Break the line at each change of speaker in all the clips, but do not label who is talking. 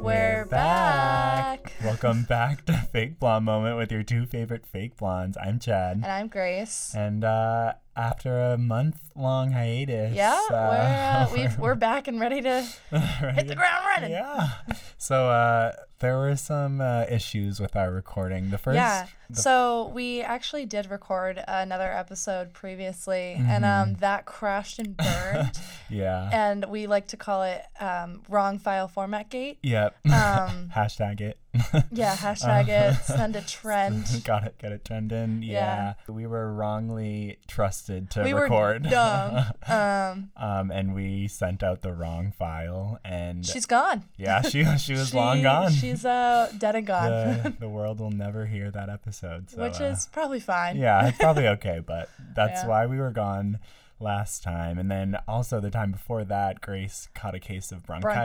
We're back.
Welcome back to Fake Blonde Moment with your two favorite fake blondes. I'm Chad.
And I'm Grace.
And uh, after a month long hiatus.
Yeah,
uh,
we're, uh, we've, we're back and ready to
ready
hit
to-
the ground running.
Yeah. So uh, there were some uh, issues with our recording. The first.
Yeah. So we actually did record another episode previously, and
Mm-hmm.
um, that crashed and burned.
Yeah.
and we like to call it um, wrong file format gate.
yep.
Um,
Hashtag it. Uh,
Yeah, hashtag it, send a trend.
Got it. Got it trending. Yeah.
Yeah.
We were wrongly trusted to
We
record.
were dumb. Um,
um, and we sent out the wrong file, and
she's gone.
yeah, she she was
She-
long gone.
She's uh, dead and gone,
the, the world will never hear that episode. So,
which
uh,
is probably fine.
yeah, it's probably okay, but that's
Yeah.
why we were gone last time, and then also the time before that, Grace caught a case of bronchitis.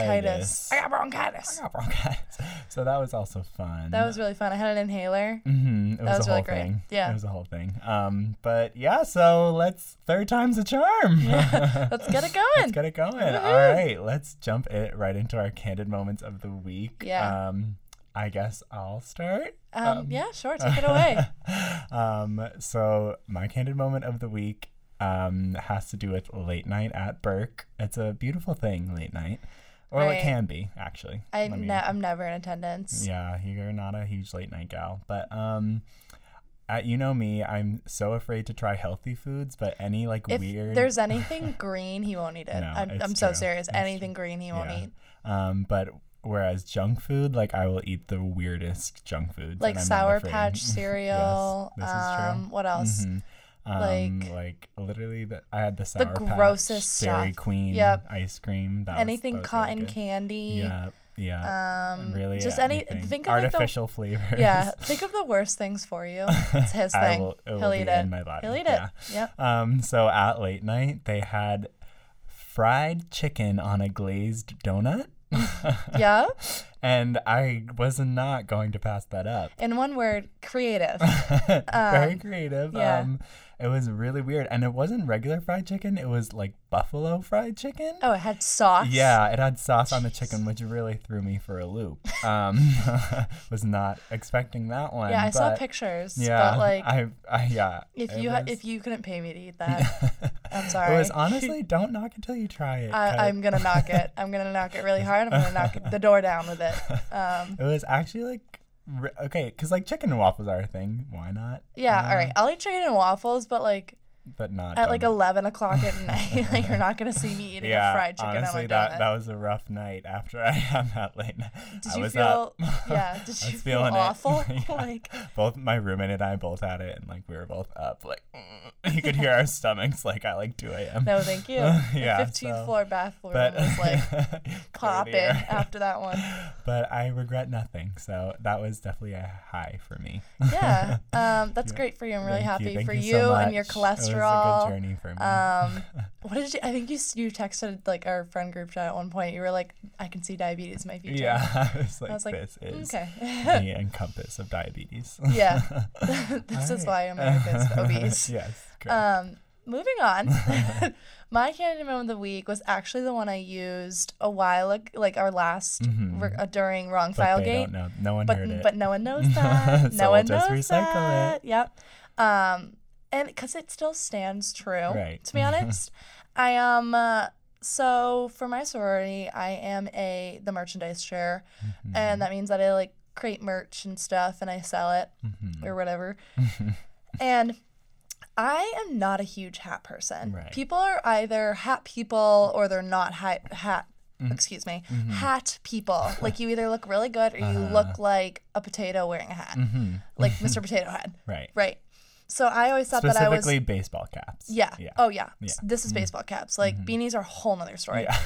Bronchitis. I got bronchitis.
I got bronchitis. So that was also fun.
That was really fun. I had an inhaler.
hmm It was,
was
a
really
whole
great.
thing.
Yeah.
It was a whole thing. Um, but yeah, so let's third time's a charm.
Let's get it going.
Let's get it going. All right, let's jump it right into our candid moments of the week.
Yeah.
Um, I guess I'll start.
um, yeah, sure. Take it away.
um, so my candid moment of the week um, has to do with late night at Burke. It's a beautiful thing, late night, or
Right.
it can be actually. Let
I'm
me-
ne- I'm never in attendance.
yeah, you're not a huge late night gal, but um. Uh, you know me, I'm so afraid to try healthy foods, but any like
If
weird
there's anything green, he won't eat it.
No,
I'm,
it's
I'm so
true.
serious.
It's
anything green, he won't
Yeah.
eat.
Um, but whereas junk food, like I will eat the weirdest junk foods. and
Like
I'm not
Sour
afraid.
Patch cereal.
this is true.
um, What else?
Mhm. Um, like,
Like-
literally, the, I had the sour Patch,
grossest
Dairy
stuff.
Queen
Yep.
ice cream. That was-
Anything
that was really
cotton
good.
candy.
Yeah, yeah.
Um,
really,
just any.
anything.
Think of like the
artificial flavors.
yeah. Think of the worst things for you. It's his
I
thing.
will- it will
He'll
be
eat
in
it.
my body,
He'll eat
yeah.
it. Yep.
Um, so at late night, they had fried chicken on a glazed donut.
Yeah.
And I was not going to pass that up.
In one word, creative.
very creative.
Uh, yeah.
Um, it was really weird, and it wasn't regular fried chicken. It was like buffalo fried chicken.
Oh, it had sauce.
Yeah, it had sauce on the chicken, which really threw me for a loop. Um, was not expecting that one.
Yeah, I saw
but-
pictures.
Yeah,
but like
I, I yeah.
if
it
you ha-
was-
if you couldn't pay me to eat that, I'm
It
sorry.
was honestly don't knock until you try it.
I,
'cause
I'm gonna knock it. I'm gonna knock it really hard. I'm gonna knock the door down with it. Um,
It was actually like re- okay, because like chicken and waffles are a thing. Why not?
yeah, all right. I'll eat chicken and waffles, but like
But not
at like
donut.
11 o'clock at night, like you're not gonna see me eating a fried chicken
honestly,
on my
that
donut.
that was a rough night after I had that late night.
did
I
you
was
feel?
up.
Yeah. Did
I
you
was
feel
feeling it.
awful?
Yeah.
like
both my roommate and I both had it, and like we were both up. Like you could hear our stomachs like at like two a.m.
no, thank you. the
Yeah,
15th
so-
floor bathroom
but
was like popping
Clear the air.
after that one.
But I regret nothing, so that was definitely a high for me.
Yeah, um, that's great for you. I'm really
Thank
happy
thank
for
you,
you,
so
and your
much. It was a good
cholesterol.
journey for me.
Um, what did you? I think you s- you texted like our friend group chat at one point. You were like, "I can see diabetes in my future."
yeah, I was like,
I was like,
this is
Okay.
the encompass of diabetes.
yeah. this is why
Alright.
America's obese.
yes. Correct.
Um, moving on. My candidate moment of the week was actually the one I used a while ago, like our last re- uh, during wrong
but
file
they
gate.
don't know. No one heard it.
but no one knows that. no one
So we'll just
knows
recycle it.
that. Yep. Um, and because it still stands true.
Right.
To be honest, I am. Uh, so for my sorority, I am a the merchandise chair,
Mm-hmm.
and that means that I like create merch and stuff, and I sell it
Mm-hmm.
or whatever. and I am not a huge hat person.
Right.
People are either hat people or they're not hat hat.
Mm-hmm.
Excuse me, hat people. like you either look really
Uh-huh. Mm-hmm.
good or you look like a potato wearing a hat, like Mr. Potato Head,
right.
right? so I always thought that I was
Specifically baseball caps.
yeah.
Yeah.
Oh yeah.
Yeah. Mm-hmm.
This is baseball caps. Like beanies are a whole nother story.
Yeah.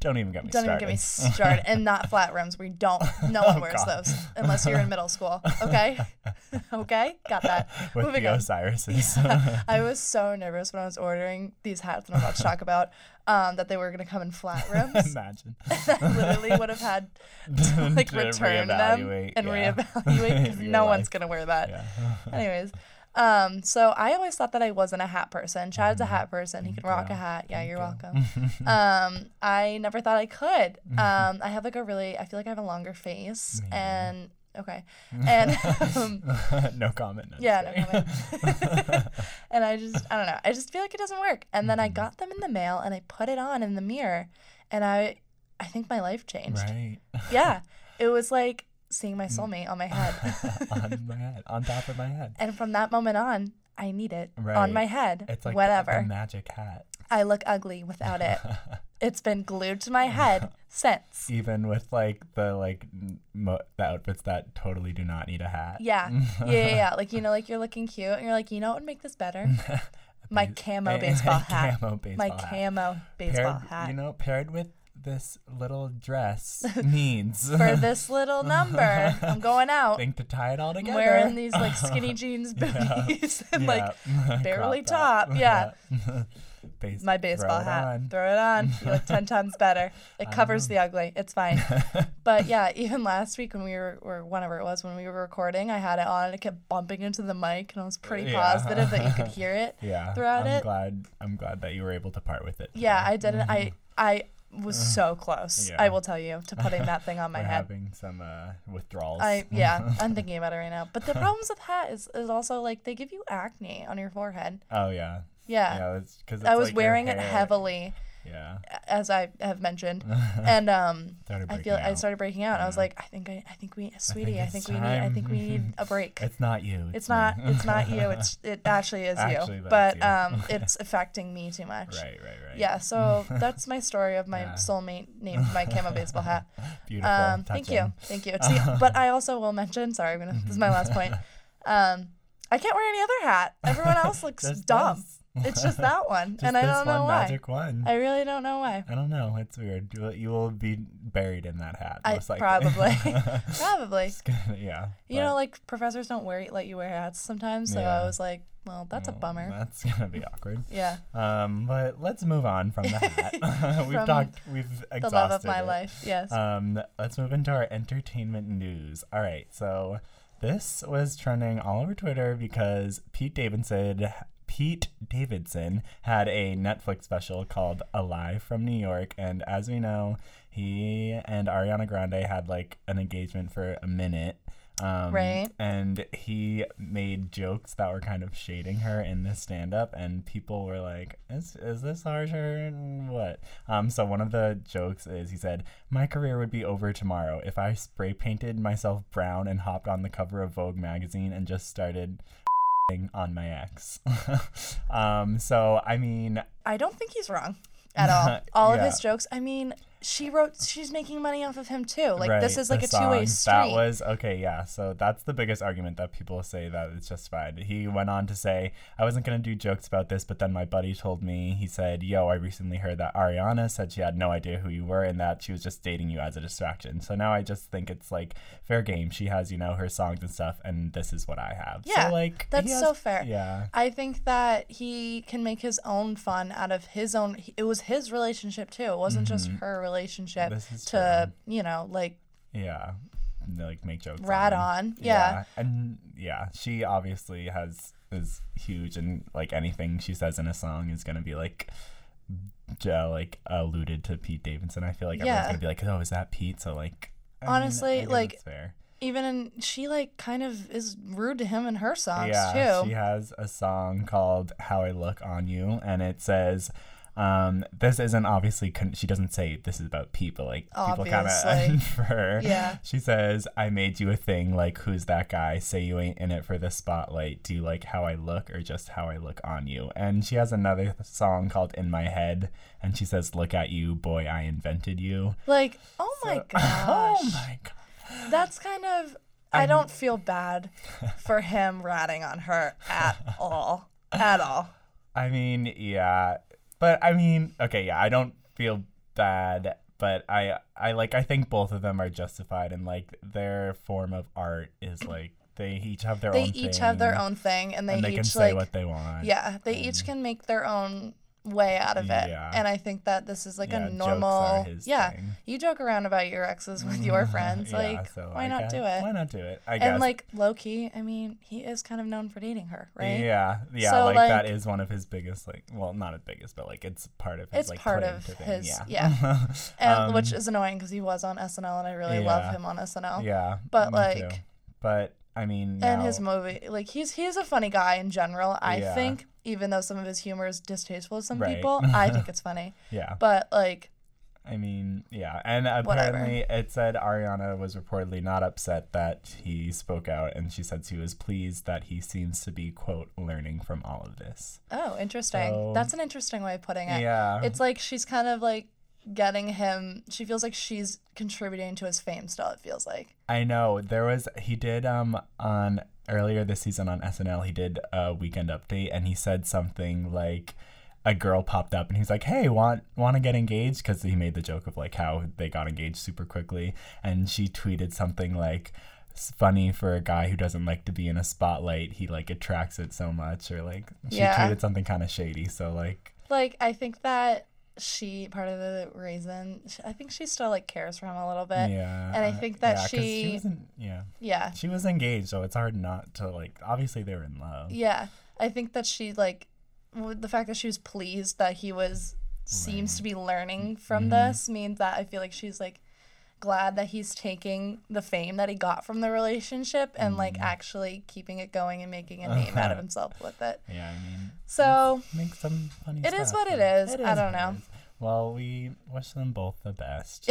Don't even get me
Don't even
started.
get me started. and not flat rims. We don't. No one
Oh,
wears
God.
those unless you're in middle school. Okay. okay. Got that.
With
Moving
the
on.
Osiris's.
I was so nervous when I was ordering these hats that I'm about to talk about um, that they were going to come in flat rims.
Imagine.
I literally would have had to
To
like return them
reevaluate,
and
yeah.
reevaluate because
Your
no one's
life.
going to wear that.
Yeah.
Anyways, um, so I always thought that I wasn't a hat person. Chad's a
Mm-hmm.
hat person. He can rock
go.
a hat. Yeah, you're
go.
welcome.
Mm-hmm.
um, I never thought I could. Um, I have like a really, I feel like I have a longer face
Me neither.
and okay. And um,
no comment. No
yeah,
just
no
kidding.
comment. and I just, I don't know. I just feel like it doesn't work. And then I
Mm-hmm.
got them in the mail and I put it on in the mirror and I, I think my life changed.
Right. Mm.
Yeah. It was like seeing my soulmate on my head.
on my head. On top of my head.
And from that moment on, I need it
Right.
on my head.
It's like
whatever. Eh.
a magic hat.
I look ugly without it. it's been glued to my head since.
Even with like the like n- mo- the outfits that totally do not need a hat.
Yeah. Yeah, yeah, yeah. Like you know, like you're looking cute and you're like, you know what would make this better? My camo baseball hat.
Camo baseball
My
hat.
camo baseball
paired,
hat.
You know, paired with this little dress needs.
For this little number, I'm going out.
Think to tie it all
I'm
together.
wearing these like skinny jeans booties and like
Yeah.
barely
Crop
top. Yeah.
Base-
my
throw
baseball
it
hat.
on.
Throw it on. You look 10 times better. It covers the ugly. It's fine. but yeah, even last week when we were, or whenever it was, when we were recording, I had it on and it kept bumping into the mic, and I was pretty
Yeah.
positive that you could hear it
Yeah.
throughout
I'm
it.
glad I'm glad that you were able to part with it.
Yeah,
today. Mm-hmm.
I didn't. I, I was so close,
Yeah.
I will tell you, to putting that thing on my
We're
head.
having some uh, withdrawals.
I yeah, I'm thinking about it right now. But the problems with hat is, is also like they give you acne on your forehead.
oh yeah.
Yeah.
Yeah, it's because
I was wearing it heavily,
Yeah.
as I have mentioned. and um
Started
I
breaking
feel I
out.
started breaking out. I was
Yeah.
like, I think I, I think we, sweetie, I
it's
think, we need, I think we
time.
need a break.
It's not you.
It's
me.
not, it's not you. It's it actually is
Actually,
you, but
that's you.
um, it's affecting me too much.
right, right, right.
Yeah, so that's my story of my
Yeah.
soulmate named my camo baseball hat.
Beautiful.
Um, thank you,
touching.
thank you. It's the, but I also will mention. Sorry, I'm gonna, this is my last point. Um, I can't wear any other hat. Everyone else looks
Just
dumb.
this.
It's just that one,
Just
and I
this
don't know
one
why.
Magic one.
I really don't know why.
I don't know. It's weird. You will- You will be buried in that hat.
I
most likely.
probably, probably.
It's gonna- yeah.
You know, like professors don't wear let you wear hats sometimes. So
Yeah. Oh,
I was like, well, that's a bummer.
mm, That's gonna be awkward.
yeah,
Um, but let's move on from the hat. we've
From
talked. We've
the
exhausted
love of my
it.
life. Yes.
Um, let's move into our entertainment news. All right, so this was trending all over Twitter because Pete Davidson, Pete Davidson had a Netflix special called "Alive from New York," and as we know, he and Ariana Grande had like an engagement for a minute. Um,
Right.
And he made jokes that were kind of shading her in this stand up, and people were like, is, is this harsher? And what? Um, so one of the jokes is he said, My career would be over tomorrow if I spray painted myself brown and hopped on the cover of Vogue magazine and just started. On my ex. um, so, I mean,
I don't think he's wrong at all. All of
Yeah.
his jokes. I mean, she wrote. She's making money off of him too. Like this
Right,
is like
the
a two way
songs.
street.
That was okay, yeah. So that's the biggest argument that people say that it's justified. He went on to say, "I wasn't gonna do jokes about this, but then my buddy told me. He said, "Yo, I recently heard that Ariana said she had no idea who you were and that she was just dating you as a distraction. So now I just think it's like fair game. She has, you know, her songs and stuff, and this is what I have.
Yeah,
so, like he
that's
has-
so fair.
Yeah,
I think that he can make his own fun out of his own. he- It was his relationship too. It wasn't just her relationship
Mm-hmm. This is
to you know like
yeah. And they, Like make jokes.
rat
on.
on. Yeah.
and yeah she obviously has is huge and like anything she says in a song is gonna be like uh, like alluded to pete davidson i feel like everyone's
Yeah.
gonna be like oh is that pete so like I mean, I
Honestly,
guess
like,
it's fair.
Even in, she like kind of is rude to him in her songs
yeah
too.
she has a song called how i look on you and it says um, this isn't obviously con- she doesn't say this is about Pete, but like people kind of
Obviously.
infer
Yeah.
She says, I made you a thing. Like, who's that guy? Say you ain't in it for the spotlight. Do you like how I look or just how I look on you? And she has another song called In My Head. And she says, Look at you, boy, I invented you.
Like, oh my gosh,
Oh my God.
that's kind of. I don't feel bad for him ratting on her at all. At all.
I mean, yeah, but I mean, okay, yeah, I don't feel bad, but I, I like, I think both of them are justified, and like their form of art is like they each have their
They
own.
each
thing,
have their own thing and they,
and they
each
can say
like
what they want.
Yeah, they each can make their own way out of it.
Yeah.
And I think that this is like
Yeah,
a
jokes are
normal
his
Yeah.
thing.
You joke around about your exes with your friends.
Yeah,
like
so
why
I
not
guess-
do it?
Why not do it? I guess.
and like low key, I mean, he is kind of known for dating her, right?
Yeah, yeah,
So,
like, that
like-
is one of his biggest, like, well, not his biggest, but like it's part of his,
It's
like,
part
claim
of
to fame,
his-
yeah,
And
Um,
which is annoying because he was on SNL and I really
yeah.
love him on SNL.
yeah,
But,
me too.
like-
but I
And
mean, now-
his movie, like he's he's a funny guy in general. I
Yeah.
think even though some of his humor is distasteful to some
Right.
people, I think it's funny.
yeah,
But like,
I mean, yeah, and
Whatever.
apparently it said Ariana was reportedly not upset that he spoke out, and she said she was pleased that he seems to be quote learning from all of this.
oh, interesting.
So-
That's an interesting way of putting it.
Yeah,
It's like she's kind of like getting him. She feels like she's contributing to his fame still. It feels like.
I know there was he did um on earlier this season on SNL he did a weekend update and he said something like a girl popped up and he's like hey want want to get engaged because he made the joke of like how they got engaged super quickly and she tweeted something like "It's funny for a guy who doesn't like to be in a spotlight he like attracts it so much or like she
Yeah.
tweeted something kind of shady so like
Like I think that she part of the reason I think she still like cares for him a little bit.
yeah
Uh, and I think that
'cause
she-
was in, yeah
Yeah.
she was engaged so it's hard not to like obviously they were in love
Yeah. I think that she like w- the fact that she was pleased that he was seems to be
Mm-hmm.
learning from this means that I feel like she's like glad that he's taking the fame that he got from the relationship and like
Mm-hmm.
actually keeping it going and making a name
Uh-huh.
out of himself with it.
yeah I mean
So
make some funny
It
stuff.
is what it
and-
is. I don't
what it
know.
is. Well, we wish them both the best.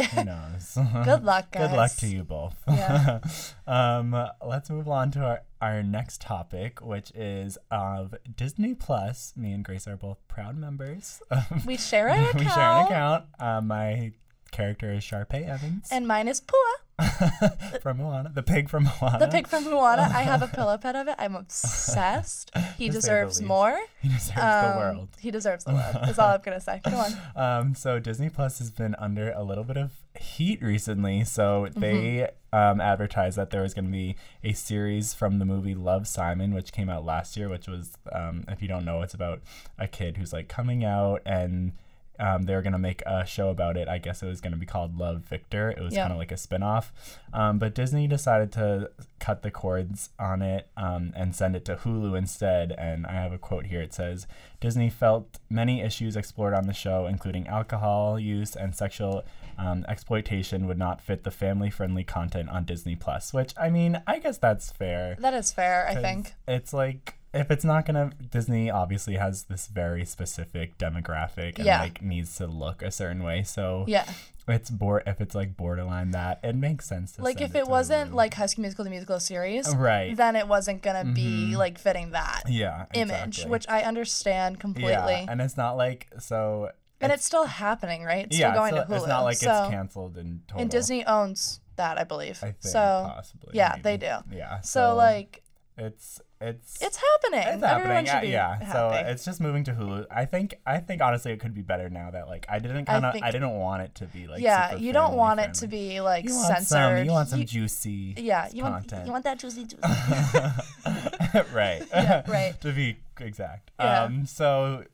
Who knows? Good
good luck guys.
Uh-huh. Good luck to you both.
Yeah.
um, let's move on to our, our next topic, which is of Disney Plus. Me and Grace are both proud members. of-
We share an account.
we share an account. Uh, my character is Sharpay Evans
And mine is Pua,
from Moana, the pig from Moana.
the pig from Moana. I have a pillow pet of it. I'm obsessed. He
To say the
deserves
least.
more.
He deserves the
Um,
world.
He deserves the world. That's all I'm gonna say. Go on.
Um, so Disney Plus has been under a little bit of heat recently. So they um, advertised that there was going to be a series from the movie Love Simon, which came out last year. Which was, um, if you don't know, it's about a kid who's like coming out, and um, they were going to make a show about it. I guess it was going to be called Love Victor. It was
Yeah.
kind of like a spin-off. Um, but Disney decided to cut the cords on it um, and send it to Hulu instead. And I have a quote here. It says Disney felt many issues explored on the show, including alcohol use and sexual um, exploitation, would not fit the family friendly content on Disney Plus, which I mean, I guess that's fair.
That is fair, I
'Cause
think.
It's like if it's not gonna Disney obviously has this very specific demographic and
Yeah.
like needs to look a certain way. So
Yeah.
it's bor if it's like borderline that, it makes sense to
Like
send
if it
to
wasn't
Hulu.
like High School Musical the musical series,
Right. Mm-hmm.
then it wasn't gonna be like fitting that
Yeah.
image,
exactly.
which I understand completely.
Yeah.
and,
And it's not like so
it's, still happening, right? It's
yeah,
still going
so
to Hulu.
it's not like
so
it's canceled in total.
and Disney owns that, I believe.
I think
so
possibly.
yeah, they
maybe.
do.
Yeah.
so like
it's it's
it's happening.
It's
Everyone
happening,
should
yeah.
be
yeah.
happy.
So it's just moving to Hulu. I think. I think honestly, it could be better now that like I didn't
I
kind of.
think-
I, didn't want it to be like.
yeah,
super
you don't
family
want it to
friendly.
be like
You want
censored.
Some, you want some juicy.
yeah, you
content.
want you want that juicy juice.
right.
right.
to be exact.
Yeah.
Um, so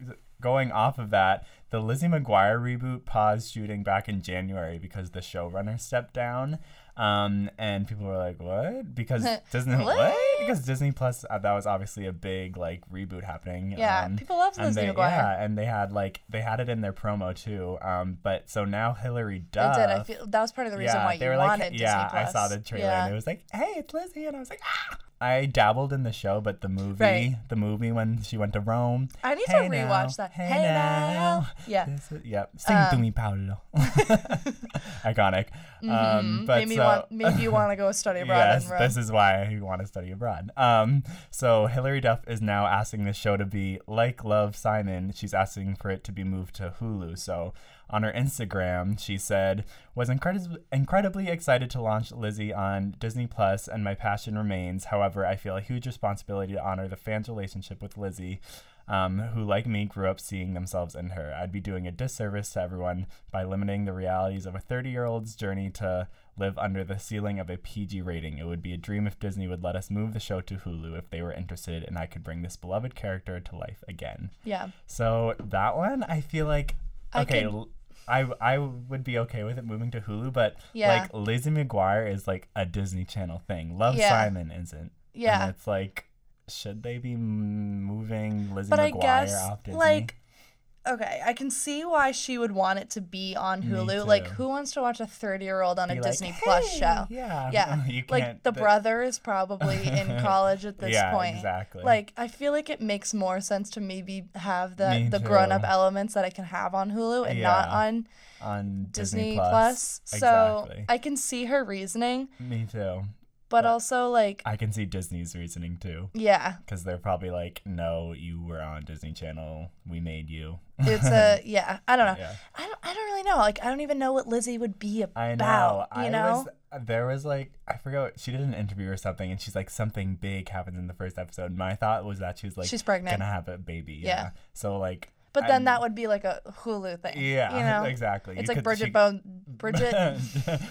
going off of that, the Lizzie McGuire reboot paused shooting back in January because the showrunner stepped down. Um, and people were like, "What?" Because Disney
What?
what? Because Disney Plus uh, that was obviously a big like reboot happening.
Yeah,
um,
people love
and
Lizzie
they,
McGuire.
Yeah, and they had like they had it in their promo too. Um, but so now Hillary
I
Duff.
did. I feel that was part of the reason
Yeah,
why
they
you
were
wanted
like,
Disney
yeah,
Plus.
I saw the trailer
Yeah.
and it was like, hey, it's Lizzie, and I was like, ah. I dabbled in the show, but the movie,
Right.
the movie when she went to Rome.
I need to
now,
rewatch that. Hey now. Yeah.
This is- yep. Sing to
Um,
me, Paolo. Iconic. Um,
Mhm.
but
made me
so-
want made you want to go study abroad
yes,
and run.
this is why you want to study abroad. Um, so Hilary Duff is now asking this show to be like Love Simon. She's asking for it to be moved to Hulu. So on her Instagram, she said, "Was incredib- incredibly excited to launch Lizzie on Disney Plus, and my passion remains. However, I feel a huge responsibility to honor the fans' relationship with Lizzie." um, who, like me, grew up seeing themselves in her. I'd be doing a disservice to everyone by limiting the realities of a 30 year old's journey to live under the ceiling of a PG rating. It would be a dream if Disney would let us move the show to Hulu if they were interested and I could bring this beloved character to life again.
yeah.
So that one, I feel like,
I
okay.
could-
l- I, I would be okay with it moving to Hulu, but
Yeah.
like Lizzie McGuire is like a Disney Channel thing. Love
Yeah.
Simon isn't.
Yeah.
And it's like, should they be m- moving Lizzie
but I
McGuire
guess
off Disney?
like okay, I can see why she would want it to be on
Me
Hulu. Like
too.
who wants to watch a 30-year-old on a
Be like,
Disney Plus
"Hey,
show?
Yeah.
Yeah,
you
Like
can't-
the
that-
brother is probably in college at this
yeah,
point.
Exactly.
Like I feel like it makes more sense to maybe have the
Me
the grown up
too.
elements that I can have on Hulu and not
Yeah.
on
on
Disney,
Disney, Plus.
Plus. So
exactly.
I can see her reasoning,
Me too.
but
But-
also like
I can see Disney's reasoning too.
yeah,
Because they're probably like, no, you were on Disney Channel. We made you.
it's a yeah. I don't know.
yeah.
I don't. I don't really know. Like I don't even know what Lizzie would be about.
I know.
you
I
know.
was there was like I forgot what- she did an interview or something and she's like something big happens in the first episode. My thought was that she was like
She's pregnant.
gonna have a baby. Yeah.
Yeah.
So like
but then
I'm-
that would be like a Hulu thing.
Yeah,
You know.
exactly.
It's
You
like
could-
Bridget
she-
Bone. Bridget.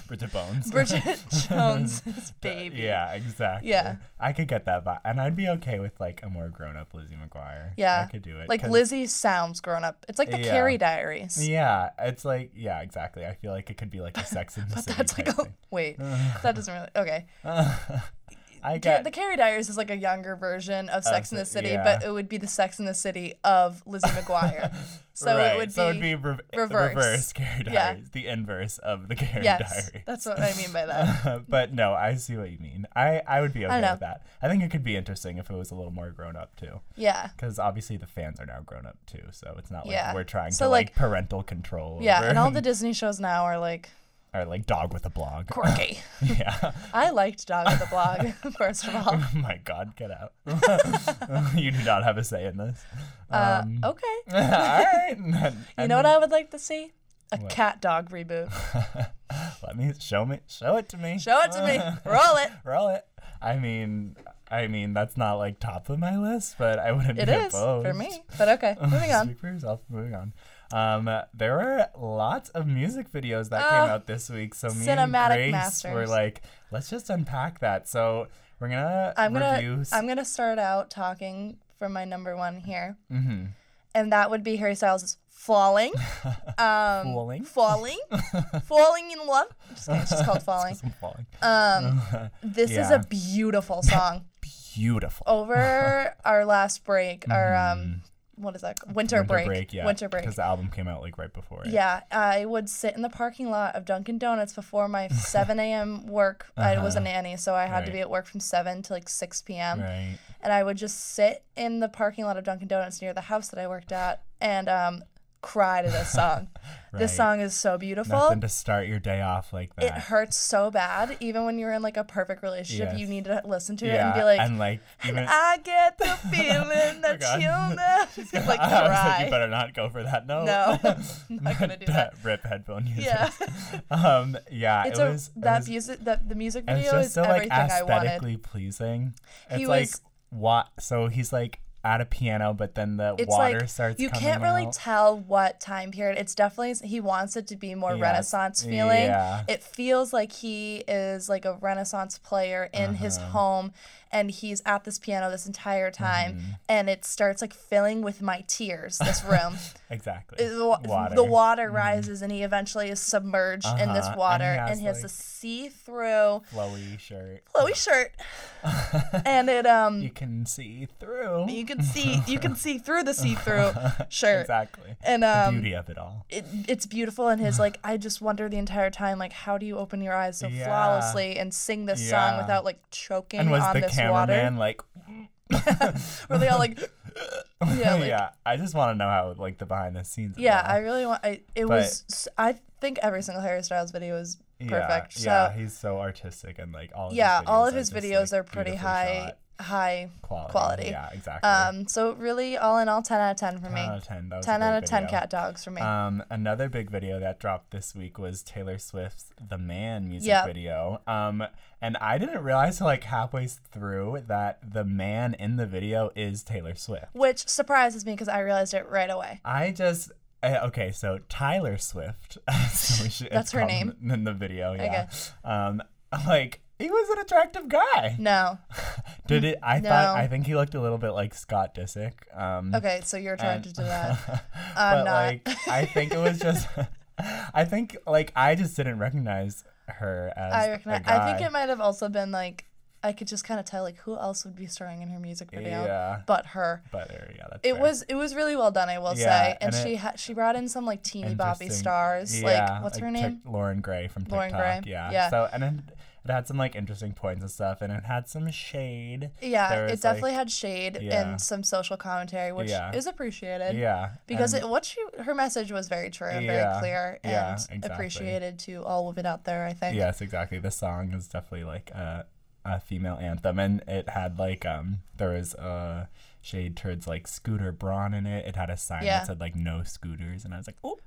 Bridget Bones.
Bridget Jones's
D-
baby.
Yeah, exactly.
Yeah.
I could get that vibe. And I'd be okay with like a more grown up Lizzie McGuire.
Yeah.
I could do it.
Like
'cause-
Lizzie sounds grown up. It's like the
Yeah.
Carrie Diaries.
Yeah, it's like, yeah, exactly. I feel like it could be like a sex in the
But
city.
that's like
type
a wait. That doesn't really okay.
thing.
Ca-
I get
the Carrie Diaries is like a younger version of Sex in the
so-
City,
yeah.
but it would be the Sex in the City of Lizzie McGuire. so
right.
it would be,
so it'd be rev-
reverse.
reverse Carrie Diaries,
Yeah.
the inverse of the Carrie
yes,
Diaries.
that's what I mean by that.
Uh, but no, I see what you mean. I, I would be okay
know.
with that. I think it could be interesting if it was a little more grown up too,
Yeah,
because obviously the fans are now grown up too. So it's not like
Yeah.
we're trying
So,
to like,
like-
parental control.
yeah,
over,
and all the Disney shows now are like
or like dog with a blog.
quirky.
yeah.
I liked Dog with the Blog first of all.
Oh my God, get out! you do not have a say in this.
Uh,
Um,
okay,
all right.
you know what I would like to see? A
What?
cat dog reboot.
Let me show me show it to me.
Show it to me. Roll it.
Roll it. I mean, I mean that's not like top of my list, but I wouldn't
It
be
is
opposed.
for me, but okay. Moving on.
Speak for yourself. Moving on. Um, there were lots of music videos that
Oh,
came out this week, so me
cinematic
and Grace were
masters.
like, let's just unpack that. So we're gonna
I'm gonna
review. s-
I'm gonna start out talking from my number one here,
Mhm.
and that would be Harry Styles' "Falling," um,
Falling?
falling, falling in love. Just kidding, it's just called "Falling."
I'm falling.
Um, this is
Yeah.
a beautiful song.
Beautiful.
Oh, Over our last break, our um, what is that? Winter,
Mm-hmm. Winter break, yeah.
Winter break.
Because the album came out like right before it.
Yeah, I would sit in the parking lot of Dunkin' Donuts before my 7 a.m. work. I was a nanny, so I had to
Uh-huh. Right.
be at work from 7 to like 6 p.m.
Right.
And I would just sit in the parking lot of Dunkin' Donuts near the house that I worked at and um, cry to this song. This
Right.
song is so beautiful.
Nothing to start your day off like that.
it hurts so bad. Even when you're in like a perfect relationship, you
Yes.
need to listen to it
yeah.
and be like,
and like even
I get the feeling that
God.
you'll never like
I was like, you
cry.
better not go for that. No.
No, I'm not gonna do that.
Rip headphone users.
Yeah.
Um. Yeah.
It's
it
a
was it
that
was-
music that the music
and it's
video
just
is
so like
everything I wanted.
aesthetically pleasing. It's
He
like
was-
what? So he's like at a piano, but then the
It's
water
like
starts.
you
coming
can't really
out.
tell what time period. It's definitely he wants it to be more
Yes.
Renaissance feeling.
Yeah.
It feels like he is like a Renaissance player in his
Uh-huh.
home, and he's at this piano this entire time,
Mm-hmm.
and it starts like filling with my tears. This room.
exactly.
the wa-
water. Mm.
the water rises and he eventually is submerged in this
Uh-huh, and
water
he has,
and he has
like-
a see-through
flowy shirt.
flowy shirt and it um
You
you,
can see through.
can see you can see through the see-through shirt
Exactly.
and
the
um
beauty of it all.
it, it's beautiful and his like i just wonder the entire time like how do you open your eyes so
Yeah.
flawlessly and sing this
Yeah.
song without like choking
And was
on
the
this
cameraman
water
like?
were they all like Yeah, like-
yeah. I just want to know how like the behind the scenes. of
Yeah,
it all.
I really want. I it was. s- I think every single Harry Styles video is
Yeah,
perfect.
yeah,
so
he's so artistic and like all. Of
yeah,
his
all
videos
of
are
his
just,
videos
like,
are pretty
beautifully
high,
shot
high
quality.
quality.
Yeah, exactly.
Um, so really, all in all, ten out of ten for
10
me.
out of ten. That was a
ten
great
out of ten
video.
cat dogs for me.
Um, another big video that dropped this week was Taylor Swift's "The Man" music
Yeah.
video. Um, and I didn't realize till like halfway through that the man in the video is Taylor Swift.
which surprises me because I realized it right away.
I just uh, okay, so Tyler Swift. so we should- it's
That's her
called
name?
in the video. Yeah. Um, like he was an attractive guy.
No.
Did it? I
No.
thought I think he looked a little bit like Scott Disick. Um,
Okay, so you're
and-
attracted to that.
but
I'm not.
like, I think it was just. I think like I just didn't recognize her as.
I
recognize.
recognize. I think it might have also been like I could just kind of tell like who else would be starring in her music video,
Yeah.
but her.
But there, yeah, that's
It
fair.
was it was really well done, I will
Yeah,
say. And,
and
she ha- she brought in some like teeny boppy
Interesting.
stars.
Yeah,
like what's her
like Tik-
name?
Lauren Gray from
Lauren
TikTok.
Gray,
Yeah.
yeah.
So and then it had some like interesting points and stuff, and it had some shade.
yeah,
there
it
was,
definitely had shade
Yeah.
and some social commentary, which
Yeah.
is appreciated.
Yeah.
Because
and-
it, what she her message was very true and
Yeah,
very clear and
yeah, exactly.
appreciated to all women out there. I think.
Yes, exactly. The song is definitely like a, a female anthem, and it had like um there was uh shade towards like Scooter Braun in it. It had a sign
Yeah.
that said like no scooters, and I was like oop,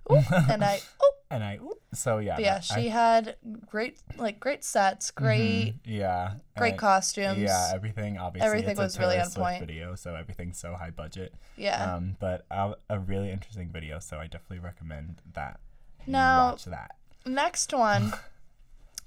And I oh
and I oop. so yeah
but yeah,
I-
she had great like great sets, great
Mm, yeah Mm-hmm. and
great
I-
costumes.
Yeah, everything obviously
everything
it's a
was really
Taylor
on
Swift
point.
Video, so everything's so high budget.
Yeah.
Um, but a, a really interesting video, so I definitely recommend that. you
Now-
watch that.
Next one,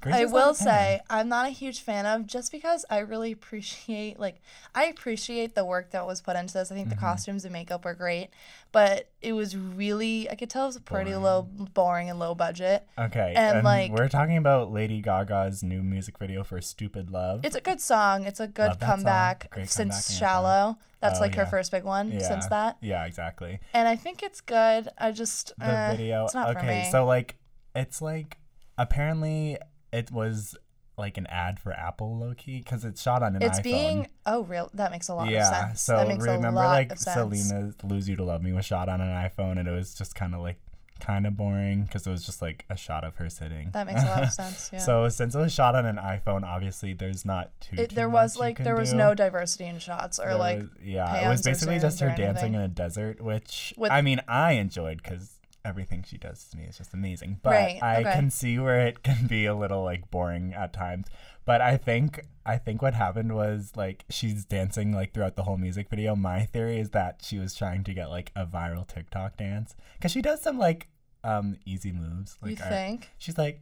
Grace
I
is not a
will
fan.
say I'm not a huge fan of just because I really appreciate like I appreciate the work that was put into this. I think the
Mm-hmm.
costumes and makeup were great, but it was really I could tell it was pretty low, boring and low budget.
Okay,
And, like-
we're talking about Lady Gaga's new music video for "Stupid Love."
It's a good song. It's a
Love
good
that song.
comeback
Great
since
comeback anthem.
Shallow. That's
Oh,
like
yeah.
her first big one
yeah.
since that,
Yeah, exactly.
and I think it's good. I just
The
eh,
video.
It's not
okay,
for me.
so like, it's like apparently it was like an ad for Apple, low key, because it's shot on an
It's
iPhone.
being oh real that makes a lot
yeah.
of sense.
So
that makes
remember,
a lot
like
of sense.
Selena's "Lose You to Love Me" was shot on an iPhone, and it was just kind of like kind of boring because it was just like a shot of her sitting.
That makes a lot of sense. Yeah.
So since it was shot on an iPhone, obviously there's not too.
it,
too
there
much
was
you
like
can
there was
do.
no diversity in shots or
There
like
was- yeah, it was
pans or
basically just
zooms
her
or
dancing
anything.
in a desert, which
With-
I mean I enjoyed because everything she does to me is just amazing. But
Right,
I
okay.
can see where it can be a little like boring at times. But I think I think what happened was like she's dancing like throughout the whole music video. My theory is that she was trying to get like a viral TikTok dance because she does some like um easy moves. Like
you
I-
think
She's like,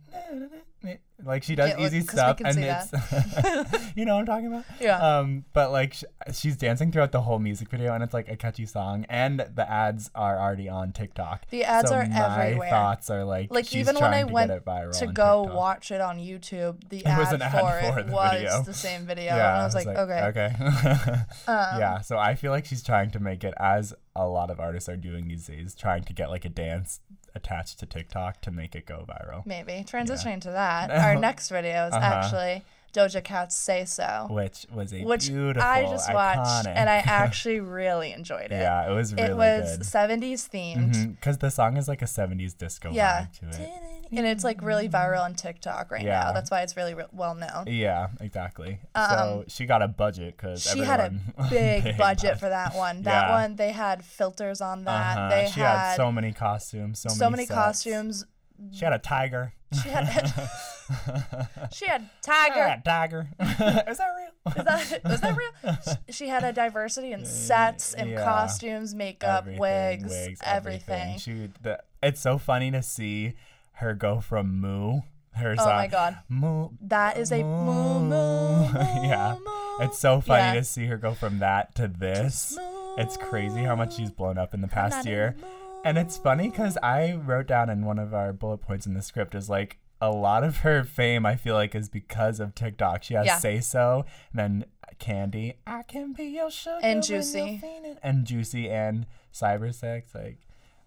like she does
Yeah, look,
easy
'cause we
stuff,
can
and
see
it's, you know what I'm talking about.
Yeah.
Um, but like sh- she's dancing throughout the whole music video, and it's like a catchy song, and the ads are already on TikTok.
The ads
So
are
my
everywhere.
Thoughts are like,
like
she's
even when
trying
I
to
went
get it viral
to
on
go
TikTok.
watch it on YouTube, the
It
ad,
was an ad
for
for
it
the
was
video.
the same video,
Yeah,
and I was like, okay, um,
okay. yeah, so I feel like she's trying to make it as a lot of artists are doing these days, trying to get like a dance attached to TikTok to make it go viral.
maybe transitioning to that. Our next video is
Uh-huh.
actually Doja Cat's "Say So,"
which was a
which
beautiful,
I just watched,
iconic.
and I actually really enjoyed it.
yeah, it was really
it was
good.
70s themed.
Because the song is like a '70s disco
Yeah.
vibe to it.
And it's like really viral on TikTok right
Yeah.
now. That's why it's really re- well known.
Yeah, exactly. so she got a budget because
Um, She had a big, budget for that one. That
Yeah.
one, they had filters on that. They
Uh-huh. she
had,
had, so many costumes, so,
so many
sets.
costumes.
She had a tiger.
She had she had
She had
tiger.
a tiger. is that real?
Is that, was that real? Sh- She had a diversity in sets and
yeah.
costumes, makeup, wigs, everything.
She, the, it's so funny to see her go from moo. Her
Oh
song,
my God.
moo
That is a moo moo. moo,
yeah.
moo.
It's so funny
Yeah.
to see her go from that to this. It's crazy how much she's blown up in the past
not
year.
anymore.
And it's funny because I wrote down in one of our bullet points in the script is like a lot of her fame, I feel like, is because of TikTok. She has
Yeah.
Say So, and then Candy, I Can Be Your Sugar, when you're
Juicy.
feeling- and Juicy, and Cybersex. Like,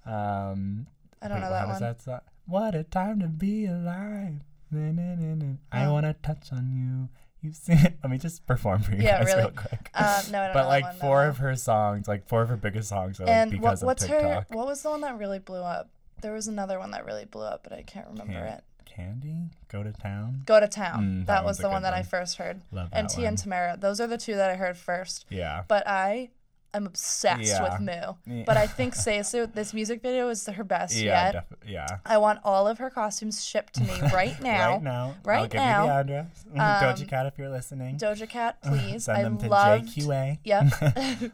um,
I don't
wait,
know
how
that
does
one.
that song? What a time to be alive. Na, na, na, na. I
Oh.
wanna touch on you. You've seen. Let me just perform for you
Yeah,
guys
really.
real quick.
Um, no, I don't know
but
that
like
one, no.
four of her songs, like four of her biggest songs, are like
and
because
what, what's
of
her?
TikTok.
What was the one that really blew up? There was another one that really blew up, but I can't remember
Can't-
it.
Candy, go to town.
Go to town.
Mm,
that,
that
was
one's a
the
good
one that I
one.
first heard.
Love
and
that
T and
one.
Tamara. Those are the two that I heard first.
Yeah.
But I am obsessed
Yeah.
with Moo.
Yeah.
But I think Seisu, this music video is her best yet.
yeah. defi- yeah.
I want all of her costumes shipped to me right now.
Right now.
Right
I'll give you
now,
the address. Mm-hmm. Doja Cat, if you're listening.
Doja Cat, please.
Send
I
them to
loved.
JQA.
Yep.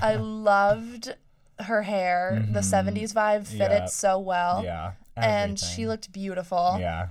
I loved her hair.
Mm-hmm.
The 70s vibe fit
Yeah.
it so well.
yeah.
And she
everything.
looked beautiful.
Yeah.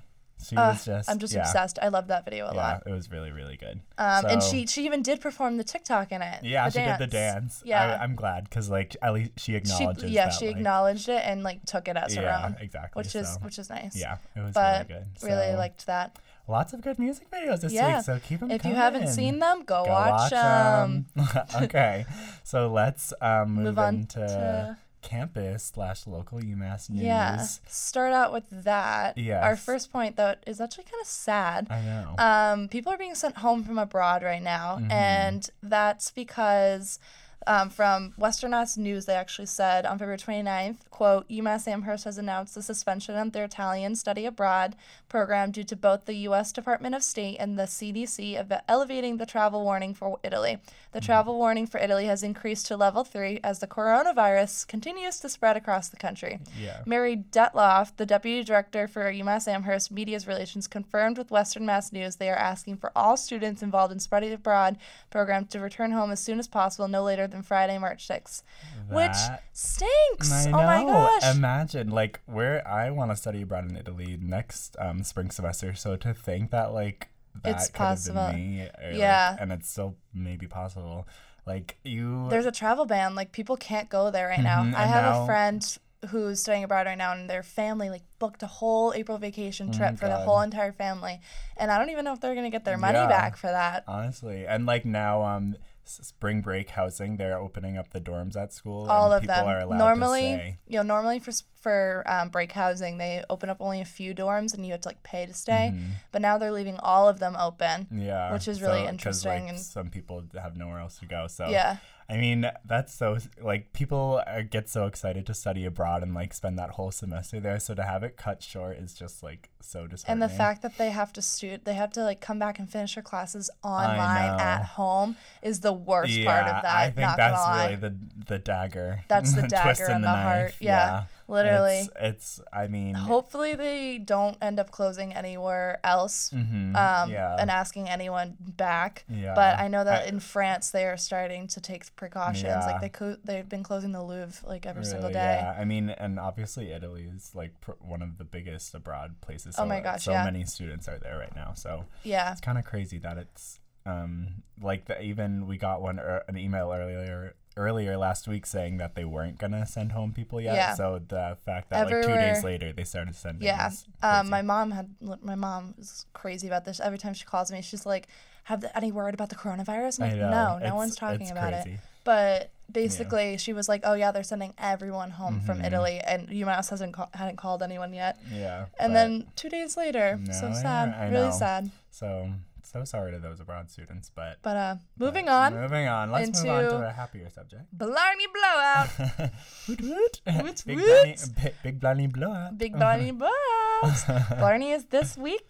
She
Ugh,
was just.
I'm just
yeah,
obsessed. I love that video a
Yeah,
lot.
it was really, really good.
Um, And
So-
she she even did perform the TikTok in it.
Yeah,
the
she did the dance.
Yeah.
I, I'm glad because like at least she
she
acknowledges.
yeah
that,
she
like-
acknowledged it and like took it as her
Yeah,
own
exactly.
which is
so,
which is nice
yeah, it was
but
really good.
really
So,
liked that
lots of good music videos this
Yeah.
week. So keep them.
if you haven't seen them go,
go
watch, them
'em. okay, so let's um, move,
move on
into
to
campus slash local UMass news.
yeah start out with that our
Yes.
first point though is actually kind of sad
I know.
um, people are being sent home from abroad right now, and that's because um, from Western Mass News, they actually said on February 29th, quote, UMass Amherst has announced the suspension of their Italian study abroad program due to both the U.S. Department of State and the CDC ev- elevating the travel warning for Italy. The travel warning for Italy has increased to level three as the coronavirus continues to spread across the country.
yeah.
Mary Detloff, the deputy director for UMass Amherst Media's Relations, confirmed with Western Mass News they are asking for all students involved in Study Abroad program to return home as soon as possible, no later than Friday, March 6th. which
That-
stinks!
I
oh
know.
my gosh!
Imagine like where I want to study abroad in Italy next um, spring semester. So to think that like that
It's
could
possible.
have been me, or, like,
Yeah.
and it's still maybe possible. Like you,
There's a travel ban. Like, people can't go there right now.
Mhm,
I
and
have
now-
a friend who's studying abroad right now, and their family, like, booked a whole April vacation trip for the
Oh God.
whole entire family. And I don't even know if they're going to get their money
Yeah.
back for that.
honestly, and like now, um, s- spring break housing, they're opening up the dorms at school.
all
and
of
people
them.
Are allowed
normally,
to stay.
you know, normally for s- for um, break housing, they open up only a few dorms, and you have to like pay to stay. But now they're leaving all of them open.
Mm-hmm. yeah,
which is really
'cause,
interesting
Like,
and-
some people have nowhere else to go. So
Yeah,
I mean, that's so like people are, get so excited to study abroad and like spend that whole semester there. So to have it cut short is just like so
and
disheartening.
the fact that they have to student, they have to like come back and finish their classes online
know.
at home is the worst
yeah,
part of that.
I think
not
that's
gonna lie.
really the the dagger.
That's the
twist
dagger
in
in
the,
the heart.
knife.
Yeah, literally.
It's, it's I mean,
Hopefully they don't end up closing anywhere else
mhm,
um,
yeah.
and asking anyone back.
Yeah.
But I know that
I-
in France they are starting to take precautions.
Yeah.
Like they co- they've been closing the Louvre like every single
Really,
day.
Yeah. I mean, and obviously Italy is like pr- one of the biggest abroad places. So,
Oh my gosh,
So
yeah.
many students are there right now. So
Yeah.
it's kind of crazy that it's um like the, even we got one er, an email earlier earlier last week saying that they weren't gonna send home people yet.
Yeah.
So the fact that like two
Everywhere-
days later they started sending.
Yeah.
is
Um,
crazy.
my mom had my mom is crazy about this. Every time she calls me, she's like, "Have the, any word about the coronavirus?" I'm
I
like,
know,
"No, no
it's-
one's talking
it's
about it."
crazy.
But basically, she was like, "Oh yeah, they're sending everyone home from
Mm-hmm.
Italy, and UMass hasn't ca- hadn't called anyone yet."
Yeah.
And
but-
then two days later, so
No, I-
sad,
I
really
know.
sad.
so so sorry to those abroad students, but.
But uh, moving on,
Moving on. Let's move on
into-
to a happier subject.
Blarney blowout.
Woot woot.
Woot
Big
woot.
Blarney, bi- big Blarney blowout.
Big Barney Bus. Barney is this weekend.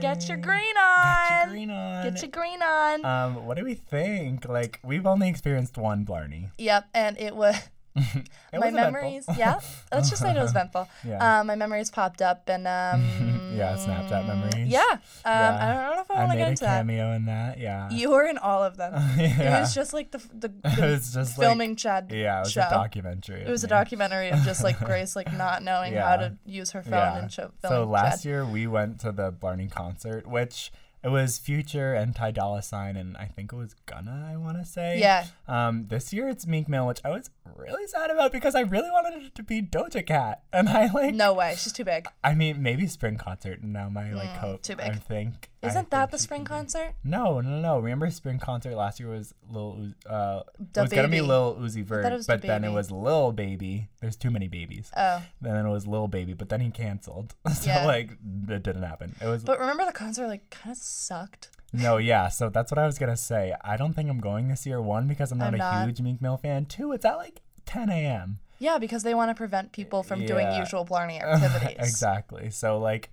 Get your
Yay.
green
Get your
on.
green on.
Get your green on.
um, what do we think? Like, we've only experienced one Blarney.
Yep, and it was
It
my
was eventful.
memories. Yeah, let's just say it was eventful.
Yeah.
Um, my memories popped up, and um,
yeah, Snapchat memories.
yeah. Um,
Yeah.
I don't know if I
I
want to
made
get
a
into that.
cameo in that. Yeah.
You were in all of them.
yeah.
It was just like the the,
It
the
was just like-
filming Chad
yeah, it was
show.
a documentary.
it was a documentary of just like Grace like not knowing how
Yeah.
to use her phone and show,
so
filming Chad.
last year we went to the Blarney concert, which it was Future and Ty Dolla Sign, and I think it was Gunna. I want to say.
Yeah.
Um, this year it's Meek Mill, which I was really sad about because I really wanted it to be Doja Cat, and I like.
No way. She's too big.
I mean, maybe spring concert. Now my like
Mm,
hope.
too
I
big.
think. I
Isn't that
think
the
she
spring
could be-
concert?
No, no, no. Remember spring concert last year was Lil Uzi, uh it
Da
was gonna be
Baby.
Lil Uzi Vert,
it was Da
but then it
Baby.
was Lil Baby. There's too many babies.
Oh.
And then it was Lil Baby, but then he canceled. so
Yeah.
like that didn't happen. It was
But remember the concert like kind of sucked.
no, yeah. So that's what I was gonna say. I don't think I'm going this year. One because I'm not
I'm
a
not.
huge Meek Mill fan. Two, it's at like 10 a.m.
Yeah, because they want to prevent people from doing
Yeah.
usual Blarney activities.
exactly. So like.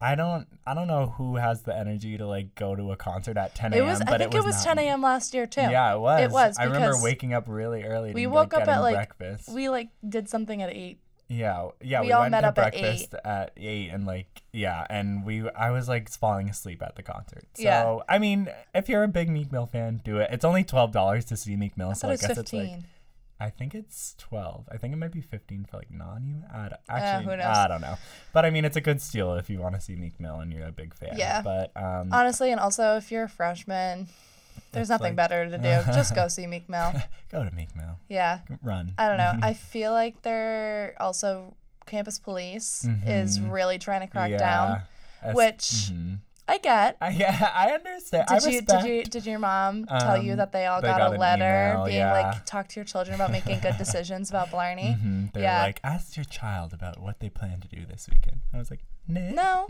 I don't I don't know who has the energy to like go to a concert at 10
It
a.m.
was.
but
I think it was, 10
not me.
a.m. last year too.
Yeah, it was.
It was
I remember
because
waking up really early.
we
to,
woke
like,
up at,
getting
like,
breakfast.
We like did something at eight.
yeah, yeah.
we
We,
all
went
met
to
up at eight.
breakfast at eight, and like yeah, and we I was like falling asleep at the concert. So
Yeah.
I mean, if you're a big Meek Mill fan, do it. It's only twelve dollars to see Meek Mill,
I
so
thought
I
it was
guess it's
fifteen.
like I think it's twelve. I think it might be fifteen for like non. You I don't, actually
Uh, who knows?
I don't know, but I mean, it's a good steal if you want to see Meek Mill and you're a big fan.
Yeah. Uh,
but um,
Honestly, and also if you're a freshman, there's
It's
nothing
like-
better to do. Just go see Meek Mill.
go to Meek Mill.
Yeah.
Run.
I don't know. I feel like they're also campus police is
Mhm.
really trying to crack
yeah.
down.
That's-
which-
mhm.
I get.
I, yeah, I understand. I
Did you
respect.
did you did your mom tell you
um,
that they all
they
got,
got
a
an
letter
email,
being
yeah.
like talk to your children about making good decisions about Blarney?
Mhm, They're
Yeah.
like, ask your child about what they plan to do this weekend. I was like, knit.
No.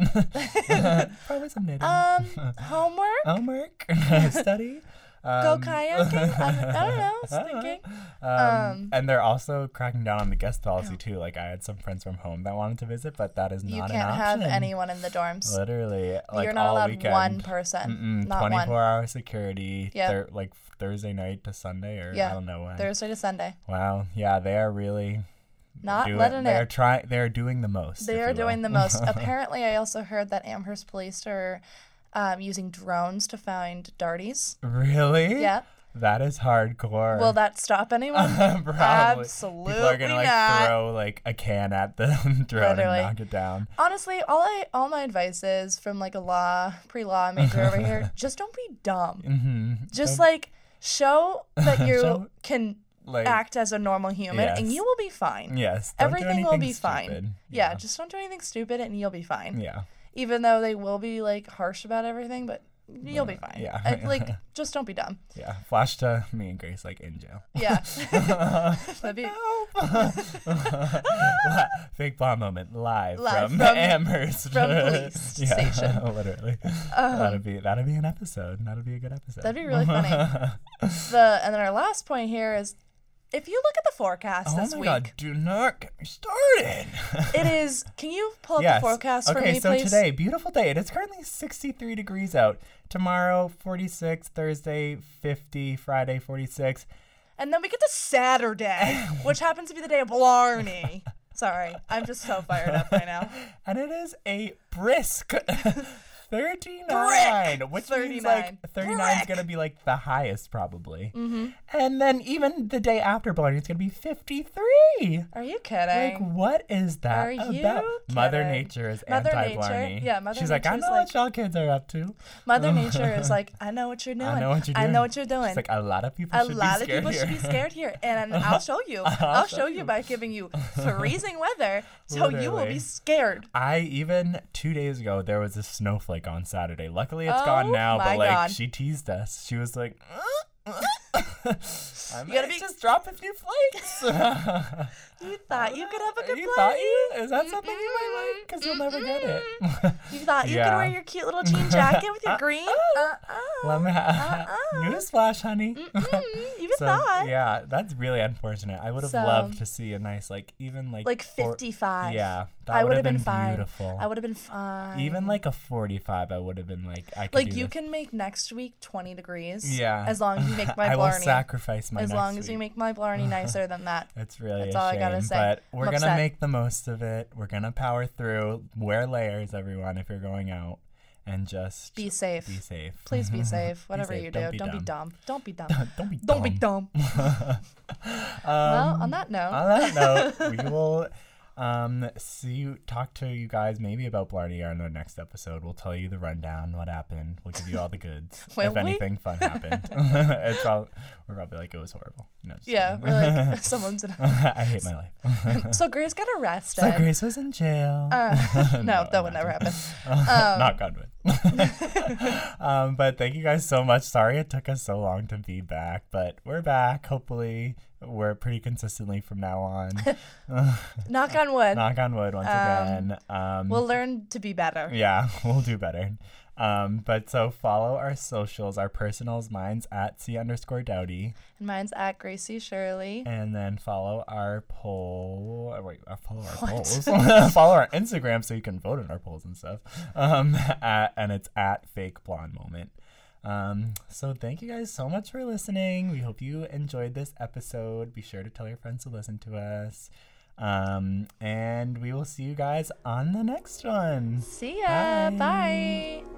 Probably some knitting.
Um homework?
Homework. Study.
Go
um,
kayaking? I don't- I don't know. I was
I don't know.
thinking.
Um,
Um,
and they're also cracking down on the guest policy too. Like I had some friends from home that wanted to visit, but that is not
You
an
can't have
option.
anyone in the dorms.
Literally, like
You're not
all
allowed
weekend.
one person.
Mm-mm,
not
24
one.
hour security,
Yep.
thir- like Thursday night to Sunday, or
Yeah,
I don't know when.
Thursday to Sunday.
Wow. Yeah, they are really
Not
doing,
letting
They
it.
are trying. They are doing the most.
They
if
are
you will.
doing the most. Apparently, I also heard that Amherst police are um, using drones to find darties.
Really?
Yeah.
That is hardcore.
Will that stop anyone?
Probably. People are
Absolutely
gonna like
not.
throw like a can at the drone
Literally.
and knock it down.
Honestly, all I all my advice is from like a law pre-law major over here. Just don't be dumb.
hmm
Just like show that you
Show-
can
like
act as a normal human, and
Yes.
you will be fine.
yes. don't do
Everything will
anything
be
stupid.
fine. Yeah, just don't do anything stupid, and you'll be fine.
Yeah.
Even though they will be like harsh about everything, but you'll be fine.
yeah.
I- like, just don't be dumb.
Yeah. Flash to me and Grace like in jail.
Yeah. That'd be-
Li- Fake bomb moment live,
Live
from,
from-
Amherst
from police
Yeah,
station. Um,
Literally, that'd be that'd be an episode. That'd be a good episode.
That'd be really funny. the and then our last point here is if you look at the forecast
oh
this
my
week,
god! Do not get me started.
it is can you pull up
yes.
the forecast
okay,
for me
so
please?
today, beautiful day. It is currently 63 degrees out. Tomorrow, 46. Thursday, 50. Friday, 46.
And then we get to Saturday, which happens to be the day of Blarney. Sorry, I'm just so fired up right now.
and it is a brisk 39 which means like
39.
39 is
Brick.
going to be like the highest probably
Mm-hmm.
and then even the day after Blarney, it's going to be 53
Are you kidding?
like what is that
Are
about?
you
Mother
kidding?
Nature is
Mother Nature-
anti-Blarney.
yeah, Mother
She's like, I
Nature's
know
like-
what y'all kids are up to.
Mother Nature is like, I know what you're doing.
I know what you're doing.
I know what you're doing.
She's like, a lot of people
a
should
lot
be
of
scared
people should be
here." Uh-huh.
scared here, and I'll show you. I'll show you by giving you freezing weather, so you will
Literally.
be scared.
I even two days ago there was a snowflake on Saturday. Luckily it's
Oh
gone now,
my
but like
God.
she teased us. She was like, "Uh, "I'm
gotta
gonna
be-
just drop a few flakes."
You thought you could have a good
you
plan.
thought you? Is that something you might like? Because you'll never get it.
You thought you could
Yeah.
wear your cute little jean jacket with your green? Uh-uh.
Let me
Uh-uh.
Newsflash, honey.
Mm, you
So,
thought.
yeah, that's really unfortunate. I would have
So-
loved to see a nice, like, even like
Like
four-
55.
Yeah, that
I
would have been,
fine.
beautiful.
I would have been fine.
even like a forty-five, I would have been like, I could
Um, like
do
you
this.
can make next week 20 degrees.
Yeah.
As long as you make my
I
Blarney.
will sacrifice my
as
next
long as you
week.
make my Blarney nicer than that.
That's really
That's
a
all I
shame,
gotta say.
but
I'm
we're gonna
upset.
make the most of it. We're gonna power through. Wear layers, everyone, if you're going out, and just
Be safe.
be safe.
Please be safe. Whatever
safe.
you do,
Don't
don't,
be
be dumb. Don't be dumb.
Don't be
Don't
dumb.
be dumb.
um,
well, on that note,
uh, on that note, we will. Um, see you talk to you guys maybe about Blarney on the next episode. We'll tell you the rundown, what happened. We'll give you all the goods.
Will
if
we?
anything fun happened. it's all, we're probably like it was horrible. No, just
Yeah,
kidding.
we're like someone's. In
I hate my life.
so Grace got arrested.
so Grace was in jail.
Uh, um. no, that would
imagine.
never happen.
Not God would. um, but thank you guys so much. Sorry it took us so long to be back, but we're back. Hopefully, we're pretty consistently from now on.
Knock on wood.
Knock on wood once
Um,
again. Um,
We'll learn to be better.
yeah, we'll do better. Um, but so follow our socials, our personals, mine's at C underscore Dowdy,
And mine's at Gracie Shirley.
and then follow our poll. oh, Wait, uh, follow our polls. follow our Instagram so you can vote in our polls and stuff. Um, at, and it's at Fake Blonde Moment. Um, so thank you guys so much for listening. We hope you enjoyed this episode. Be sure to tell your friends to listen to us. Um, and we will see you guys on the next one.
See ya.
Bye.
Bye.